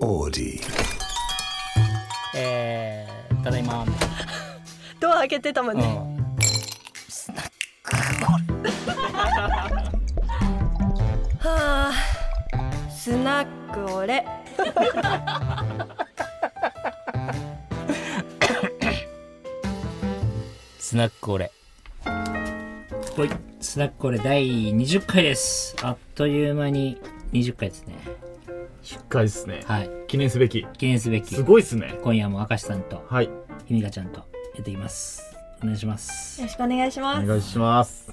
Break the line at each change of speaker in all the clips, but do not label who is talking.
オーディ
えー、ただいま、
ドア開けてたもん
う
ね、
ん、
はあスナックオレ
スナックオレ
ほいスナックこれ第20回ですあっという間に20回ですね
10回ですね、
はい
記念すべき
記念すべき
すごいっすね
今夜も明石さんと
はい
ひみかちゃんとやっていきますお願いします
よろしくお願いしま
お
す
願いします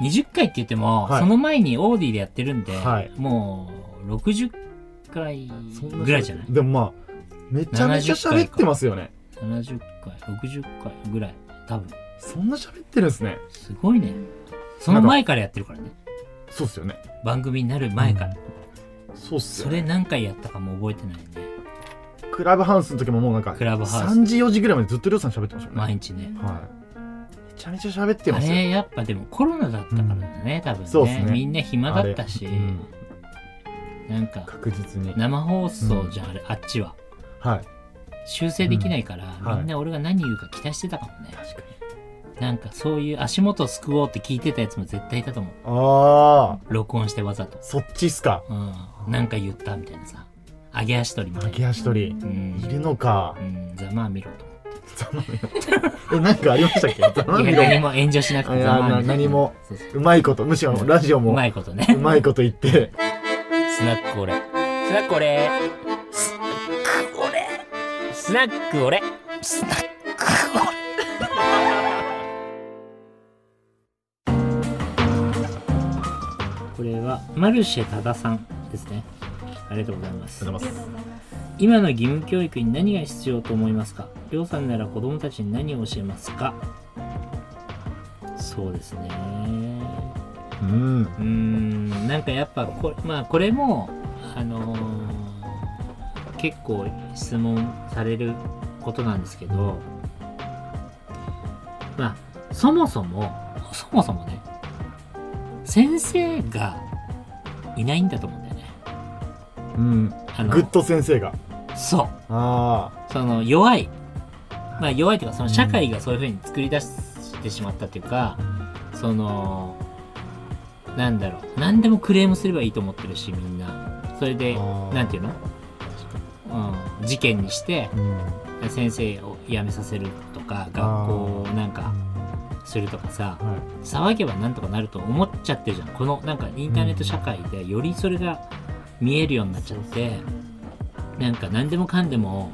20回って言っても、
はい
その前にオーディでやってるんで、
はい
もう60回ぐらいじゃない
でもまあめちゃめちゃ喋ってますよね
70回60回ぐらい多分
そんな喋ってるんですね
すごいねその前からやってるからね
そうっすよね
番組になる前から、
そうっす
そ
よね
れ何回やったかも覚えてないんで
クラブハウスの時ももうなんか
クラブハウス
3時4時ぐらいまでずっとりょうさん喋ってましたもん
毎
ね
日ね
はいめちゃめちゃ喋って
あ
ますよ
れやっぱでもコロナだったからだね、多分ね
そうっすね
みんな暇だったし、
あれうん
なんか
確実に
生放送じゃん、あれあっちは
はい
修正できないから、
うんはい
みんな俺が何言うか期待してたかもね
確かに
なんかそういう足元をすくおうって聞いてたやつも絶対いたと思う
ああ
録音してわざと、
そっちっすか
うん、なんか言ったみたいなさ揚げ足取りみた
揚
い
げ
な
足取り
う
い
ん、
るのか
うん、ざまあ見ろと
ざまあえなんかありましたっけざまあ
い
見
や
ろ
何も炎上しなく
い
て
や
ざまあ見ろ
何も
そうそう
うまいことむしろラジオ
う
も
まいことね
うまいこと言って
スナックオレ。スナックオレ。スナックオレ。スナックオレ。これはマルシェ多田さんですね。ありがとうございます。
ありがとうござい
今の義務教育に何が必要と思いますかりょうさんなら子供たちに何を教えますかそうですね。
ますうん
うーんなんかやっぱこれ,、まあ、これも、あのー結構質問されることなんですけど、まあ、そもそもそもそもね先生がいないんだと思うんだよね。
うん
あの
グッド先生が
そう
あ
その弱い、まあ、弱いというかその社会がそういうふうに作り出してしまったというか、そのなんだろう何でもクレームすればいいと思ってるしみんなそれで
あー
なんていうの、うん、事件にして
あうん
先生を辞めさせるとか
あ
学校をなんかするとかさ
は
騒げばなんとかなると思っちゃってるじゃんこのなんかインターネット社会でよりそれが見えるようになっちゃってなんか何でもかんでも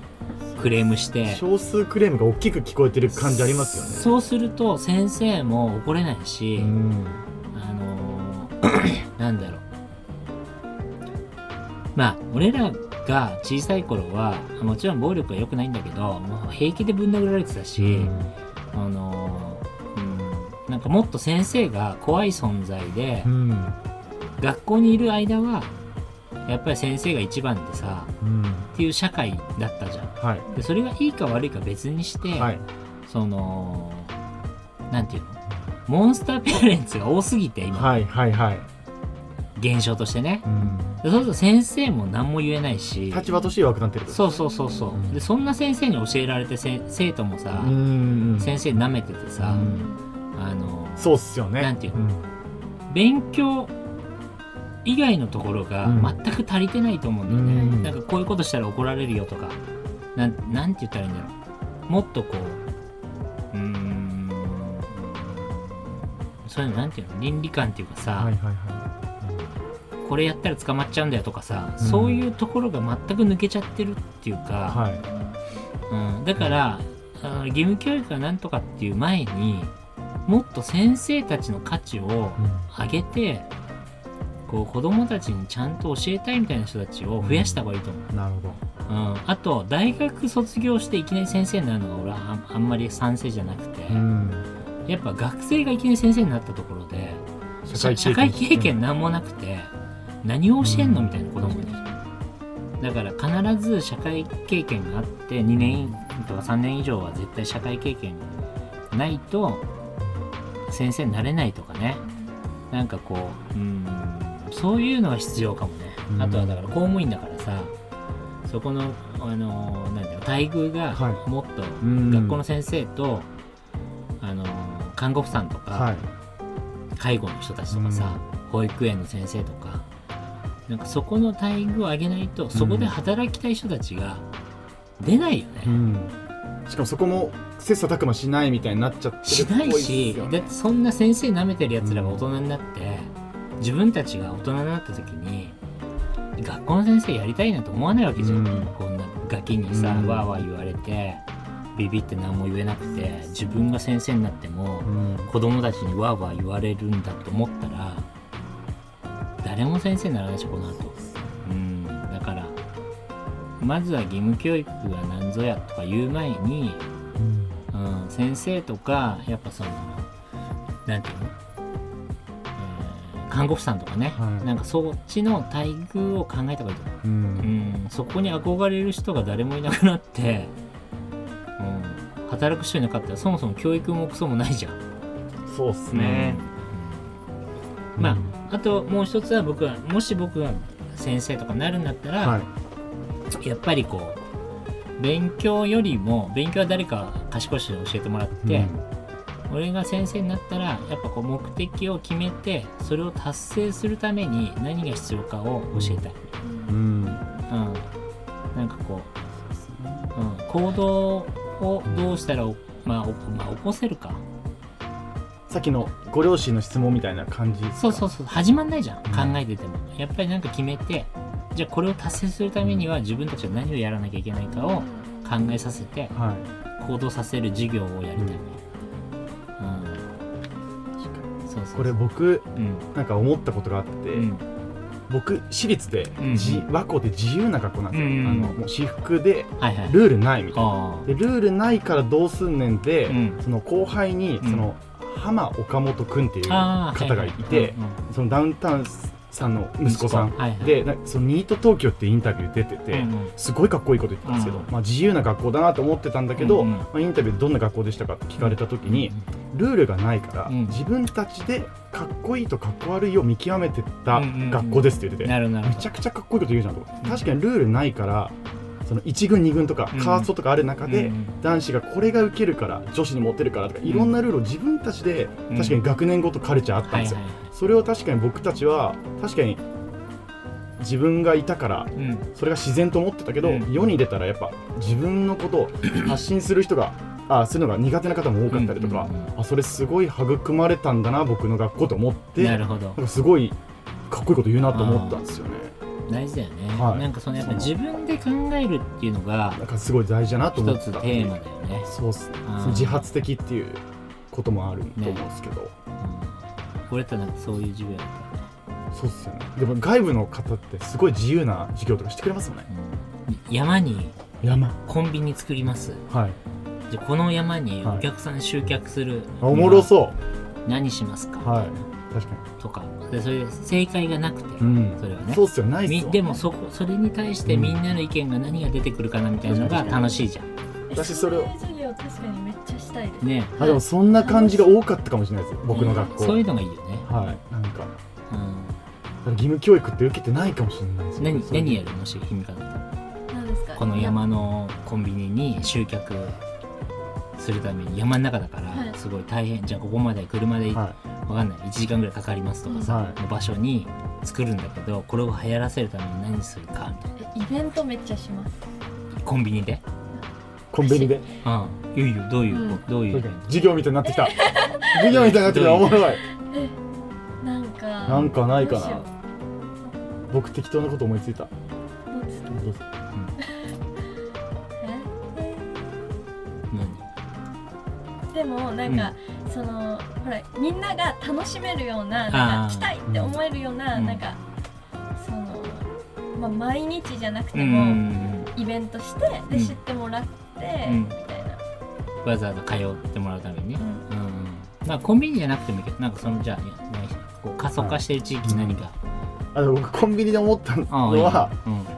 クレームして
い少数クレームが大きく聞こえてる感じありますよね
そうすると先生も怒れないし、
うん
あのー なんだろうまあ俺らが小さい頃はもちろん暴力は良くないんだけどもう平気でぶん殴られてたし、あのーうん、なんかもっと先生が怖い存在で、
うん
学校にいる間はやっぱり先生が一番でさ
うん
っていう社会だったじゃん
はい
でそれがいいか悪いか別にして、
はい
そのなんていうのモンスターペアレンツが多すぎて今、
はいはいはい
現象としてね
うん
でそうすると先生も何も言えないし
立場として弱くなってる
そうそうそうそうでそんな先生に教えられてせ生徒もさ、
うん
先生舐めててさ、
うん
あの
そうっすよね
なんていう
の
勉強以外のところが
うん
全く足りてないと思うんだよね、
うん
なんかこういうことしたら怒られるよとかなんなんて言ったらいいんだろうもっとこううーんそういうのなんていうの倫理観っていうかさ、
はいはいは
これやったら捕まっちゃうんだよとかさ、
うん
そういうところが全く抜けちゃってるっていう
い
か、
はい
うん、だから、あの義務教育がなんとかっていう前にもっと先生たちの価値を
うん
上げてこう子どもたちにちゃんと教えたいみたいな人たちを増やした方がいいと思う、
なるほど
うん、あと大学卒業していきなり先生になるのが俺はあんあんまり賛成じゃなくて、
うん
やっぱ学生がいきなり先生になったところで社社会経験なんもなくて、何を教えんのみたいな子供に、だから必ず社会経験があって2年とか3年以上は絶対社会経験ないと先生になれないとかねなんかこううんそういうのは必要かもね、
うん
あとはだから公務員だからさそこのあのなんだろう待遇が
はい
もっと、
うん
学校の先生とあの看護婦さんとか、
はい
介護の人たちとかさ、保育園の先生とかなんかそこの待遇を上げないとそこで働きたい人たちが出ないよね、
うんしかもそこも切磋琢磨しないみたいになっちゃってる
しない
っぽ
し
ですよ
だ
ね
ってそんな先生舐めてるやつらが大人になって、自分たちが大人になった時に学校の先生やりたいなと思わないわけじゃん、
うん
こんなガキにさ、
うん
わーわー言われてビビって何も言えなくて自分が先生になっても
うん
子供たちにわーわー言われるんだと思ったら誰も先生にならないしこの後うんだからまずは義務教育が何ぞやとか言う前にうん、先生とかやっぱそのなんていうの、えー看護婦さんとかね、
はい
なんかそっちの待遇を考えた方がいいと思
う
う、うんん、そこに憧れる人が誰もいなくなって、うん、働く人いなかったらそもそも教育もクソもないじゃん、
そうっすね
うんまああともう一つは僕はもし僕が先生とかなるんだったら、
はい
やっぱりこう勉強よりも勉強は誰か賢い人に教えてもらって、俺が先生になったらやっぱこう目的を決めてそれを達成するために何が必要かを教えたい、
うん
うん、なんかこう、うん、行動をどうしたら、まあ、おまあ起こせるか
さっきのご両親の質問みたいな感じ
そうそううそう始まんないじゃん考えててもやっぱりなんか決めてじゃあこれを達成するためには自分たちが何をやらなきゃいけないかを考えさせて
はい
行動させる授業をやりたい、うんそうそうそう
これ僕
うん
なんか思ったことがあって、
うん
僕私立で、
うん
じ和光で自由な学校なんですよ、
うん
あのもう私服で
はいはい
ルールないみたいな、
あ
でルールないからどうすんねんで、
うん
その後輩に、
うん
その浜岡本君っていう
ああ
方がいて、そのダウンタウンさんの息子さん、
はいはい、
でなそのニート東京ってインタビュー出てて、
うんうん
すごいかっこいいこと言ってたんですけど、
うん
まあ、自由な学校だなと思ってたんだけど、
うんうん
まあ、インタビューでどんな学校でしたかって聞かれた時に、ルールがないから、
うん
自分たちでかっこいいとかっこ悪いを見極めてった
うんうんうん
学校ですって言ってて、
なるなる
めちゃくちゃかっこいいこと言うじゃんと思っ
う
て
ん
確かにルールないからその1軍2軍とか
うん
カーストとかある中で、
うん
男子がこれが受けるから女子にモテるからとかいろんなルールを自分たちで、
うん
確かに学年ごとカルチャーあった
は
んで
い
すよ、
はい
それを確かに僕たちは確かに自分がいたから
うん
それが自然と思ってたけど、
うん
世に出たらやっぱ自分のことを発信する人があするのが苦手な方も多かったりとか、
うんうん
あそれすごい育まれたんだな僕の学校と思って
な
な
る
ん
ほど
かすごいかっこいいこと言うなと思ったんですよね
大事だよね、
はい
なんかそのやっぱ
その
自分で考えるっていうのが
なんかすごい大事だなと思
一
って
つ
た
テ
っていう
ーマだよね、
そうっすね
うん
その自発的っていうこともあると思うんですけど、
うん、俺となんかそういう授業やったよ
そうっすよねでも外部の方ってすごい自由な授業とかしてくれますよね
ね、うん山に
山
コンビニ作ります
はい
じゃあこの山に
はい
お客さん集客する、
あおもろそう
何しますか、
うはい確か
とかでそれで正解がなくて、
にうん
それはね
そうっすよないっす
み
よ
でもそこそれに対してみんなの意見が何が出てくるかなみたいなのが楽しいじゃん。
私それを
授業確かにめっちゃしたいです
ね
あでもそんな感じが多かったかもしれないです僕の学校
そういうのがいいよね。
はいなんか
うん、
義務教育って受けてないかもしれないですね
何
そういう
何やるもし君からだったら
何ですか
この山のコンビニに集客するために山の中だか
は
ら
い
すごい大変じゃあここまで車で、わ
は
かんない1時間ぐらいかかりますとかさ、
はい
の場所に作るんだけどこれを流行らせるために何するかみたい
えイベントめっちゃします
なコンビニで。
いコンビニで
うん、いよいよどういう、
うん
どういうイベン
授業みたいになっ てきた授業みたいになってきたおもろい
えなんか
なんかないか
どうしよ
な僕適当なこと思いついた
うどうしよう
どうぞ
ト
え
何
でもなんか、そのほらみんなが楽しめるような
あ
なん
ー
か来たいって思えるような、
うん
なんかその、まあ、毎日じゃなくて
う
も、
ん
イベントして
う
で
ん
知ってもらって、
うん
みたいな、
わざわざ通ってもらうためにね
う、
うんうん、まあコンビニじゃなくてもいいけどなんかそのじゃあいやないこう過疎化してる地域何か、
あでも僕コンビニで思ったの
ああいいね
は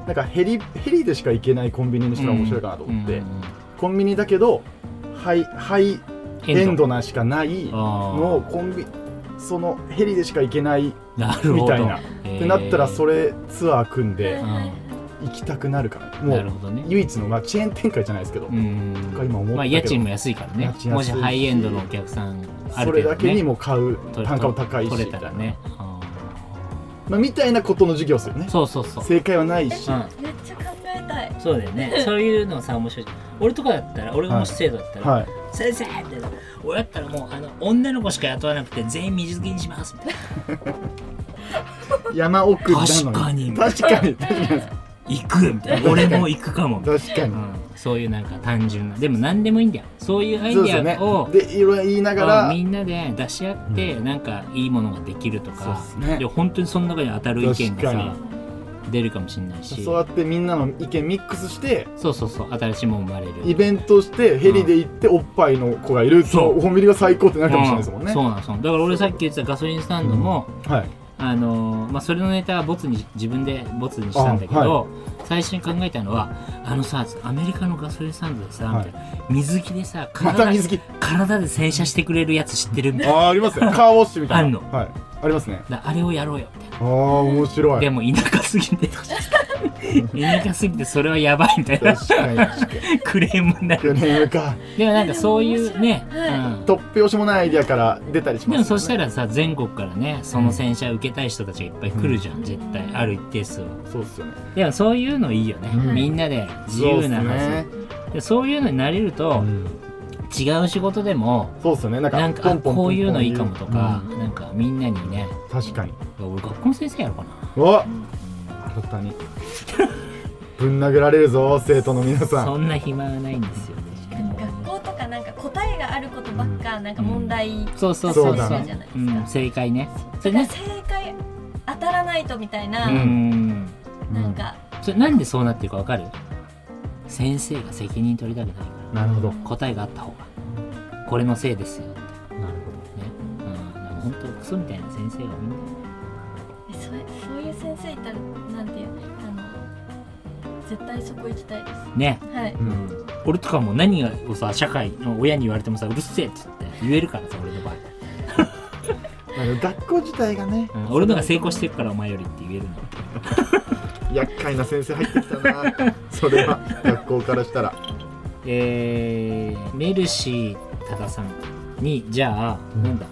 なんかヘリヘリでしか行けないコンビニにしたら面白いかなと
うん
思って、
うんうん
コンビニだけどハイハイエンドなしかないの
あ
をコンビそのヘリでしか行けない
あなるほど
みたいな
えー
ってなったらそれツアー組ん
は
で
いはいはい
行きたくなるからも
なる
う
ほどね
唯一の、まあ、チェーン展開じゃないですけど、
うん
とか今思ったけど
まあ家賃も安いからね
家賃安いし
もしハイエンドのお客さんあ
そ
る
れ
程
だ
度
けに
ね
も買う
取れ
単価も高いし
取れたらねあ
まあ、みたいなことの授業ですよね
ーそうそうそう
正解はないし、
うん
めっちゃ考えたい
そうだよねそういうのさ面白い俺とかだったら俺がもし生徒だったら、
はい、
先生って俺だったらもうあの女の子しか雇わなくて全員水着にしますみたい な
山奥なのに
確かに
確かに確かに
行くみたいな 俺も行くかもみたい
確か に、
な、うん、そういうなんか単純なでも何でもいいんだよそういうアイ
そうですよ
デ
ね
アを、
でいろいろ言いなが
うん
ら
みんなで出し合って、なんかいいものができると
そう
か
っすね
で本当にその中に当たる意見が
確
さ出るかもしれないし
そうやってみんなの意見ミックスして
そうそうそう新しいもん生まれる
イベントしてヘリで行っておっぱいの子がいる
そ
そううコンビニが最高ってなるかもしれないですもん
う
ね、
そうなんそうなんだから俺さっき言ってたガソリンスタンドも、
はい
あのーまあ、それのネタはボツに自分でボツにしたんだけ
あ
ど、最初に考えたのはあのさアメリカのガソリンスタンドでさ、
はい
みたいな水着でさ
ま
体,、
た水着
体で洗車してくれるやつ知ってるみたいな
あーあります ねカーウォッシュみたいな
あん
はいありますね
だあれをやろうよみたいな
ああ面白
で
い
も田舎すぎ て田舎すぎてそれはやばいみたいな
確かに確かに
クレームになる
去年か
でもなんかそういうね、
でも面白いはい
うん
突拍子もないアイディアから出たりします
でもそした
ら
らさ全国からねその洗車受けたい人たちがいっぱい来るじゃん、絶対ある一定数は
そうっすよね
でもそういうのいいよね、
うん
みんなで自由な発想でそういうのになれると、違う仕事でも
そうっすよねなんか
なんかあこういうのいいかもとか、
うん
なんかみんなにね
確かに
俺学校の先生やろうかな
うわ新たにぶん殴られるぞ生徒の皆さん
そんな暇はないんですよね
でも学校とかなんか答えがあることばっかなんか問題、
そうそうそう
そうだね
うん、正解ねそれ
なん
ね
か正解当たらないとみたいな、
うん
なんか
それなんでそうなってるかわかる先生が責任取りたくないから
なるほど
答えがあった方がこれのせいですよってね
なる
う
ほ
んなんか本当クソみたいな先生が多いんだよ
えそれそういう先生いたらなんていうあの絶対そこ行きたいです
ね
はい
ど、うん
俺とかも何をさ社会の親に言われてもさうるせえっつって言えるからさ俺の場合
なんか学校自体がね、
うん俺のが成功してるからお前よりって言えるの
厄介な先生入ってきたなそれは学校からしたら
えー、メルシー多田さんにじゃあなんだ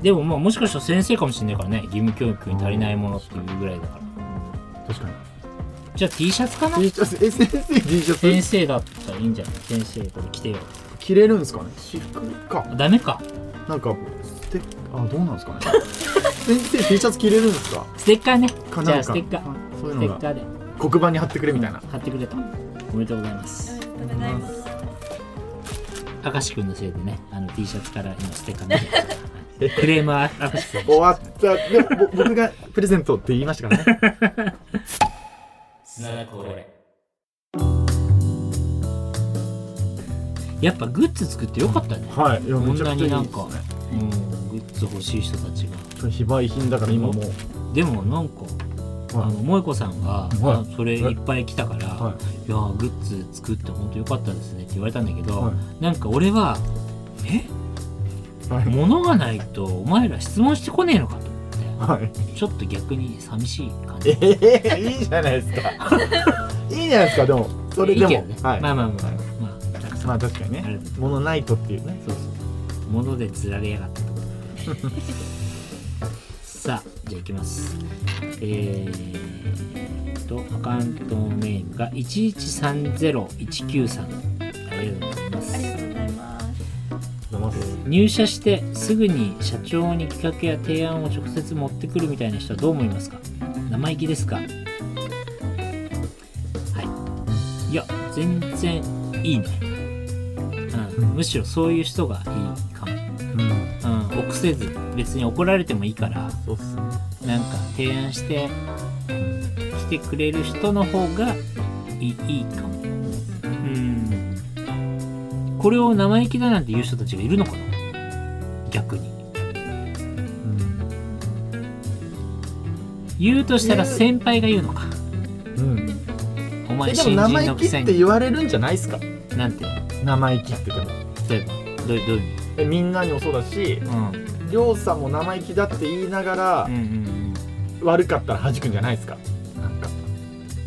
でもまあもしかしたら先生かもしれないからね義務教育に足りないものっていうぐらいだから
確かに
じゃあ T シャツかな
T シャツえ先生 T シャ
先
ツ
生だったらいいんじゃない先生これ着てよ
着れるんですかね私服か
ダメか
なんかステッあどうなんです かね先生 T シャツ着れるんですか
ステッカーね
か
じ
な
ゃ
ん
あ
か
ステッカー
あそうい
ス
う
テ
の
ッカ
が
ーで
黒板に貼ってくれみたいな、
貼ってくれたおめでとうございます
おめでとうございます
明石君のせいでねあの T シャツから今ステッカーになっちゃったクレームは明石君
終わったでぼ僕がプレゼントって言いましたからね
つながこれ
やっぱグッズ作ってよかったね
はいいや
こ
め
ん
ちゃ
な
く
に
ちゃいい
なん
で
か
すね
うんグッズ欲しい人たちが
非売品だから今もう
でもなんか、あの萌子さんが、
はい
あそれいっぱい来たから「、
はい
やーグッズ作って本当よかったですね」って言われたんだけど、
は
なんか俺は「え
いはい
物がないとお前ら質問してこねえのか」と思っ
はい
てちょっと逆に寂しい感
え
じ
えいいじゃないです かいいじゃないですかでもそれで
いい
も
けどね
はい
まあまあまあ
はい
まあ、たくさん
まあ確かに
ある
ね物ないとっていうね
そうそう物で釣られやがったとさあじゃあいきますえー、とアカウントネームが113019さんありがとうございます
ありがとうございます
飲ます
入社してすぐに社長に企画や提案を直接持ってくるみたいな人はどう思いますか生意気ですかはいいや全然いいね、うん、むしろそういう人がいいかも
うん
うん、臆せず別に怒られてもいいから
そうっすね
なんか提案して来てくれる人の方がいいいいかもうんこれを生意気だなんて言う人たちがいるのかな逆に
うん
言うとしたら
ね
先輩が言うのか
うん
お前
えでも
新
生
人の
意
く
気
せ
って
に
言われるんじゃないですか
なんて
生意気ってでも
例えばどうどういう意味
えみんなにもそうだし
うん
りょうさんも生意気だって言いながら
うんうん
悪かったら弾くんじゃないですかなんか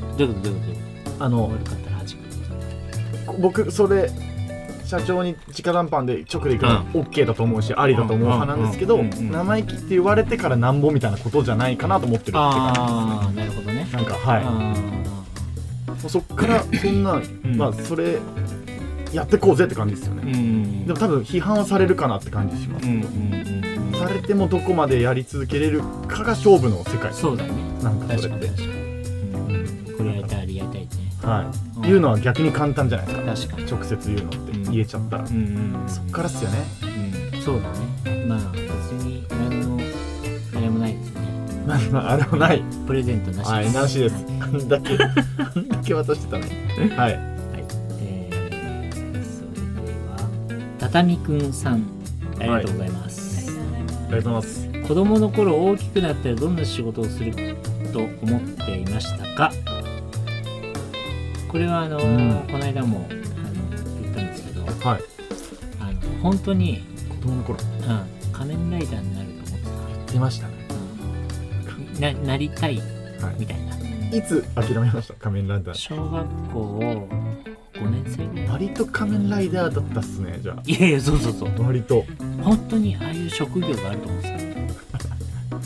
うんどういうことどういうことどういう
あ
こと
の
悪かったらはじく
僕それ社長に直談判で直で行くのは OK だと思うし、ありだと思う派なんですけど、
うんうんうんうん
生意気って言われてからなんぼみたいなことじゃないかなと思ってるって感
ああなるほどね
じですねなんかはいも
あ
うそっからそんな、
ん
まあそれやってこうぜって感じですよ
ー
ね、
ん
でも多分批判はされるかなって感じします、
うんうんうんうん
されてもどこまでやり続けれるかが勝負の世界
そうだね
なんかそ
確
れ
か
って
に確かにうんこれやりたいあれやりたいってね
は
うん
い、言うのは逆に簡単じゃないですか
確かに
直接言うのって、
うん
言えちゃったら、
うんうんうん
そっからっすよね
うんそうだねまあ別に何のあれもないですね
まあまああれはない
プレゼントなし
はい、なしです。あんだけ、あんだけ渡してたね。は
は
い。
い、えー、それでは畳くんさんありがとうございます、
ありがとうございます。
子供の頃大きくなったらどんな仕事をすると思っていましたかこれはあの、
うん
この間もあの言ったんですけど
はい。
あの本当に、
子供の頃、
うん、仮面ライダーになると思って
出ましたね。
たななりたい
はい
みたいな、
いつ諦めました仮面ライダー。
小学校を5年生ぐらい
割と仮面ライダーだったっすね、じゃあ。
いやいやそうそうそう
割と
本当にああいう職業があると思うん ですよ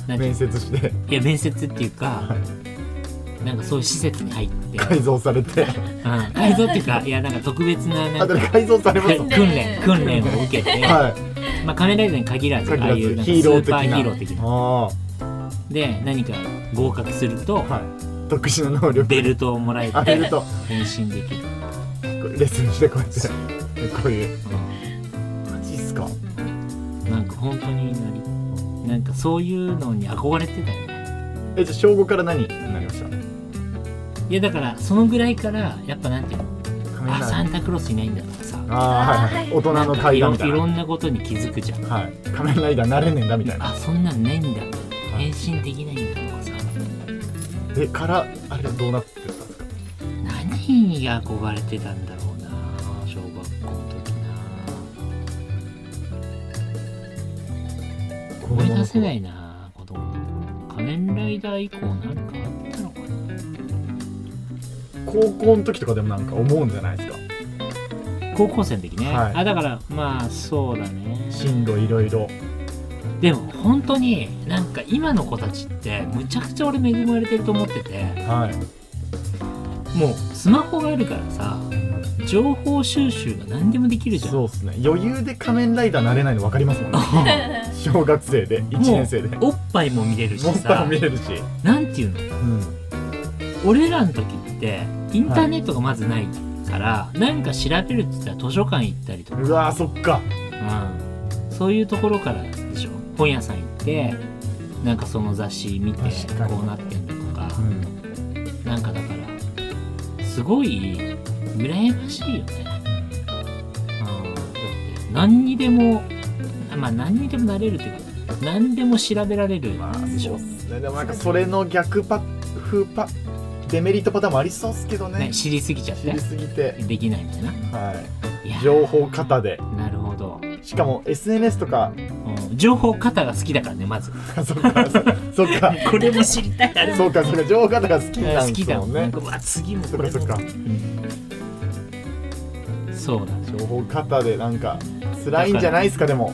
なんていう
面接して、
いや面接っていうかなんかそういう施設に入 って、
改造されて、
うん、改造っていうかいやなんか特別なな
あ
んか
とで改造されます
訓
もん。
練訓練を受け て、
はい。
まあ、仮面ライダーに限らずああいうなんかス
限らずヒーロー
ー
的
パ
な
ーヒーロー的な
あ
で何か合格すると、
あ。はい。特殊な能力。
ベルトをもらえ
あ
て
げると、こ
変身できる、
うレッスンしてこうやって。こういう。マジっすか
うん、なんか本当になりなんかそういうのに憧れてたよね
え、じゃあ、小5から何になりました仮
いやだからそのぐらいからやっぱなんていうの
面ライ
あ
ダ
サ
ー
ン。タクロスいないんだとかさ
ああー、はいはい。大人の会話みたい
ろ
な。
んなことに気づくじゃん
はい。仮面ライダーなれねえんだみたいな。
あそんなんないんだ
い
変身できないんだとかさ
でからあれどうなってたんですか
何に憧れてたんだろうな小学校の時な思い出せないな子供の頃仮面ライダー以降なんかあったのかな
高校の時とかでもなんか思うんじゃないですか
高校生の時ね、
はい
あだからまあそうだね
進路いろいろ
でも本当になんか今の子たちってむちゃくちゃ俺恵まれてると思ってて
はい
もうスマホがあるからさ情報収集が何でもできるじゃん
そうっすね余裕で仮面ライダーなれないの分かりますもん ね小学生で1年生で
おっぱいも見れるし
モンスター
さ
も見れるし、
なんていうの
うん、
俺らの時ってインターネットがまずないから、なんか調べるって言ったら図書館行ったりとか、
うわーそっか
うんそういうところからでしょ本屋さん行ってなんかその雑誌見て
確かに
こうなってんだとか、
ん
なんかだからすごい羨ましいよね、うん、だって何にでもまあ何にでもなれるっていうか何でも調べられるでしょ、
すねでもなんかそれの逆パ風パデメリットパターンもありそうっすけどね
ね、知りすぎちゃっ
知
て
りすぎて
できないみたいな
はい
や
い情報型で
なるほど、
しかも SNS とか
うん情報型が好きだからねまず
そっかそっかそっか
これも知りたいあ
そうかそれ情報型が好きな
好
んで
き
す
だも
もん
んね
ね
うわ次も
そ
こ
っ
れ
か
も
そっか
そうだ
情報型でなんか辛いんじゃないですかでも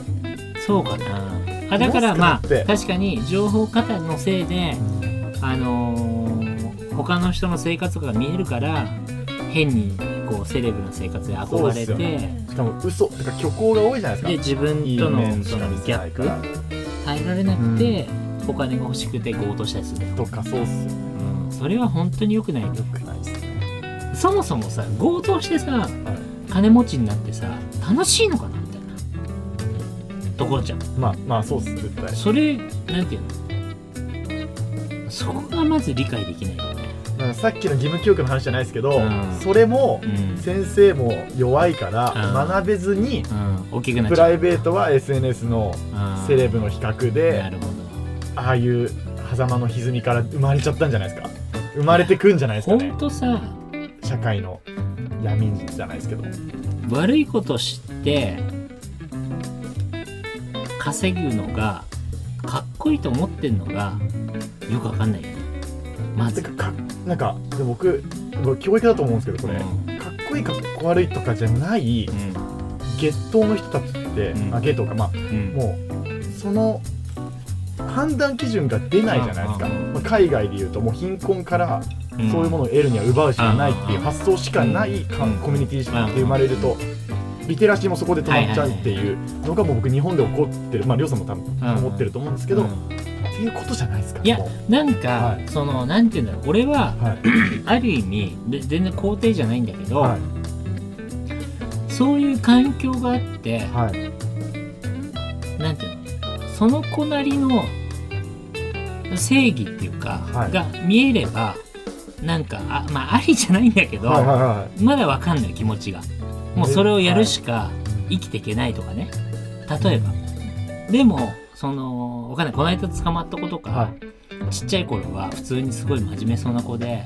そうかなあだから
どうすか
ま
っ
あ
て
確かに情報型のせいであのー他の人の生活が見えるから変にこうセレブな生活で憧
そうっ
れ
す
て
よ
で,、
しかも嘘とか虚構が多いじゃないですか
自分
いい
と
面
の
し
そ
か
の
見
ギ
せ
ャ
な
ッ
いか
プ
ら
耐えられなくて、お金が欲しくて強盗したりする、
とかそうっすよ
うん、それは本当に良くない
くないっすね
そもそもさ強盗してさ金持ちになってさ楽しいのかなみたいなところじゃん
まあまあそうっす絶対
それなんていうのそこがまず理解できないよね
だからさっきの義務教育の話じゃないですけど
うん
それも
うん、
先生も弱いから
うん
学べずに
うん、大きくなっ
プ
ちゃ
ラ
う
イベートは SNS の
うん
セレブの比較で
なるほど
ああいう狭間の歪みから生まれちゃったんじゃないですか生まれてくんじゃないですか
ほ
ね
んとさ
社会の闇じゃないですけど
悪いことして稼ぐのがかっこいいと思ってんのがよくわかんないよねま
て
ず
かかなんかで僕僕教育だと思うんですけどこれ、かっこいいかっこ悪いとかじゃないゲットの人たちって、
うん
あゲットかまあ
うん
もうその判断基準が出ないじゃないですか、
うんうん
まあ海外でいうともう貧困からそういうものを得るには奪うしかないっていう
うん
発想しかないか
うん
コミュニティで生まれるとリテラシーもそこで止まっちゃうっていうのがもう僕日本で起こってるまありょうさんも多分
うん
思ってると思うんですけど、
うん
っていうことじゃないですか
いや
も
なんか、
はい
そのなんていうんだろう俺は
うはい
ある意味で全然肯定じゃないんだけど、
はい
そういう環境があって
はい
なんていうのその子なりの正義っていうか、
はい
が見えればなんかあまあありじゃないんだけど、
はいはいは
まだわかんない気持ちがもうそれをやるしか生きていけないとかね例えばでもそのわかんないこの間捕まった子とか、
は
ちっちゃい頃は普通にすごい真面目そうな子で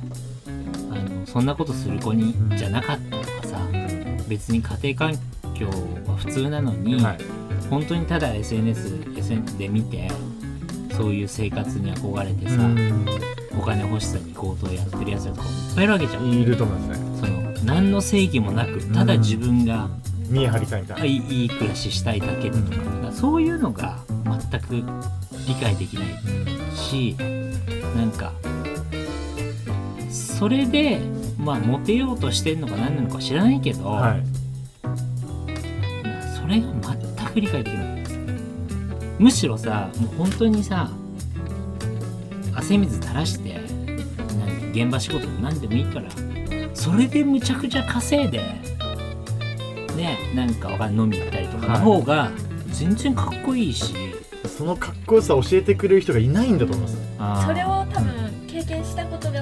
あのそんなことする子にじゃなかったとかさ別に家庭環境は普通なのに、
いはい
本当にただ SNS SN で見てそういう生活に憧れてさ、お金欲しさに強盗やってるやつらとかもいっぱいいるわけじゃん
いると思いますね
その何の正義もなくただ自分が
見え張りたいみたいない
いいい暮らししたいだけだとかそういうのが全く理解できないしなんかそれでまあモテようとしてんのか何なのか知らないけど、
はい
それが全く理解できないむしろさもう本当にさ汗水垂らしてなん現場仕事でも何でもいいからそれでむちゃくちゃ稼いでねなんかわかん飲み行ったりとかの方が全然かっこいいし、
そのかっこよさを教えてくれる人がいないんだと思います
あー
それを多分経験したことが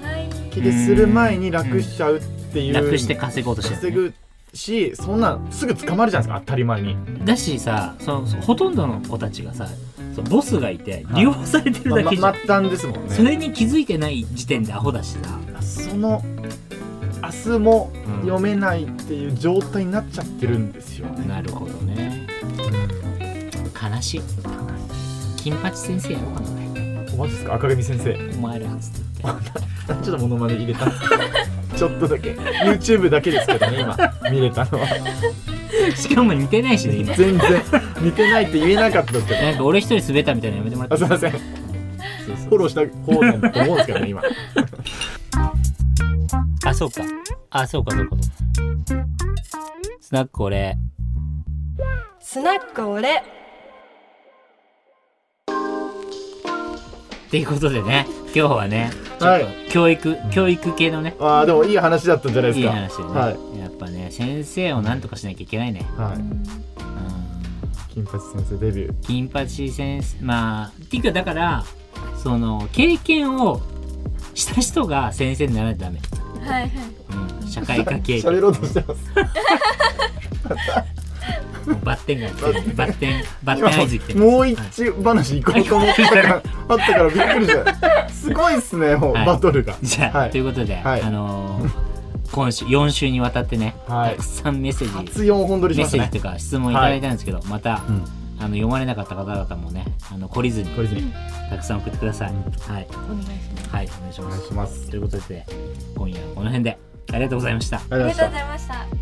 ない
気でする前に楽しちゃうっていう
楽して稼ごうとしてるね
稼ぐしそんなんすぐ捕まるじゃないですか当たり前に
だしさそのそほとんどの子たちがさそのボスがいて
はい
利用されてる
ま
だけじゃん、
ま末端ですもんね
それに気づいてない時点でアホだしさ、
その明日も
うん
読めないっていう状態になっちゃってるんですよね、
なるほどね悲しい金八先生やろうかな俺
マジですか赤髪先生
お前らっつって言って
ちょっとモノマネ入れた ちょっとだけ YouTube だけですけどね今見れたのは
しかも似てないしね今
全然似てないって言えなかったですけど
なんか俺一人滑ったみたいなのやめてもら
あ
って
すい
いい
ませんフォローした方なんだと思うんですけどね今
あそうかあそうかそうかそうかスナック俺
スナック俺
っていうことでね今日はねちょ
は
っ
い
と教育教育系のね
あーでもいい話だったんじゃない
い
で
い
すか
話でね、
はい
やっぱね先生をなんとかしなきゃいけないね
は
う
い
ん
金八先生デビュー
金八先生まあっていうかだからその経験をした人が先生にならないとダメ
はいはい
うん社会 科経験
喋ろうとしてます
もうバッテンが来てるバッテンバッテン合図来て
もう
一
一話行こうと思ったから、あったからびっくりした。すごいっすね、もう、
はい
バトルが。
じゃあ、
はい
ということで、
はい
あのー今週4週にわたってね、
はい
たくさんメッセージ
初4本撮りし
メッ
まし
セー
た
ジ
ね
と。いうか質問いただいたんですけど、また、
うん
あの読まれなかった方々もねあの懲りずに
これに
たくさん送ってください、はい、
お願いします
はい、お願いし
お
ま
願い
す
します。
ということで今夜はこの辺でありがとうございました
あり
あ
がとうござい
り
ま
が
し
とうご。
た
ざいました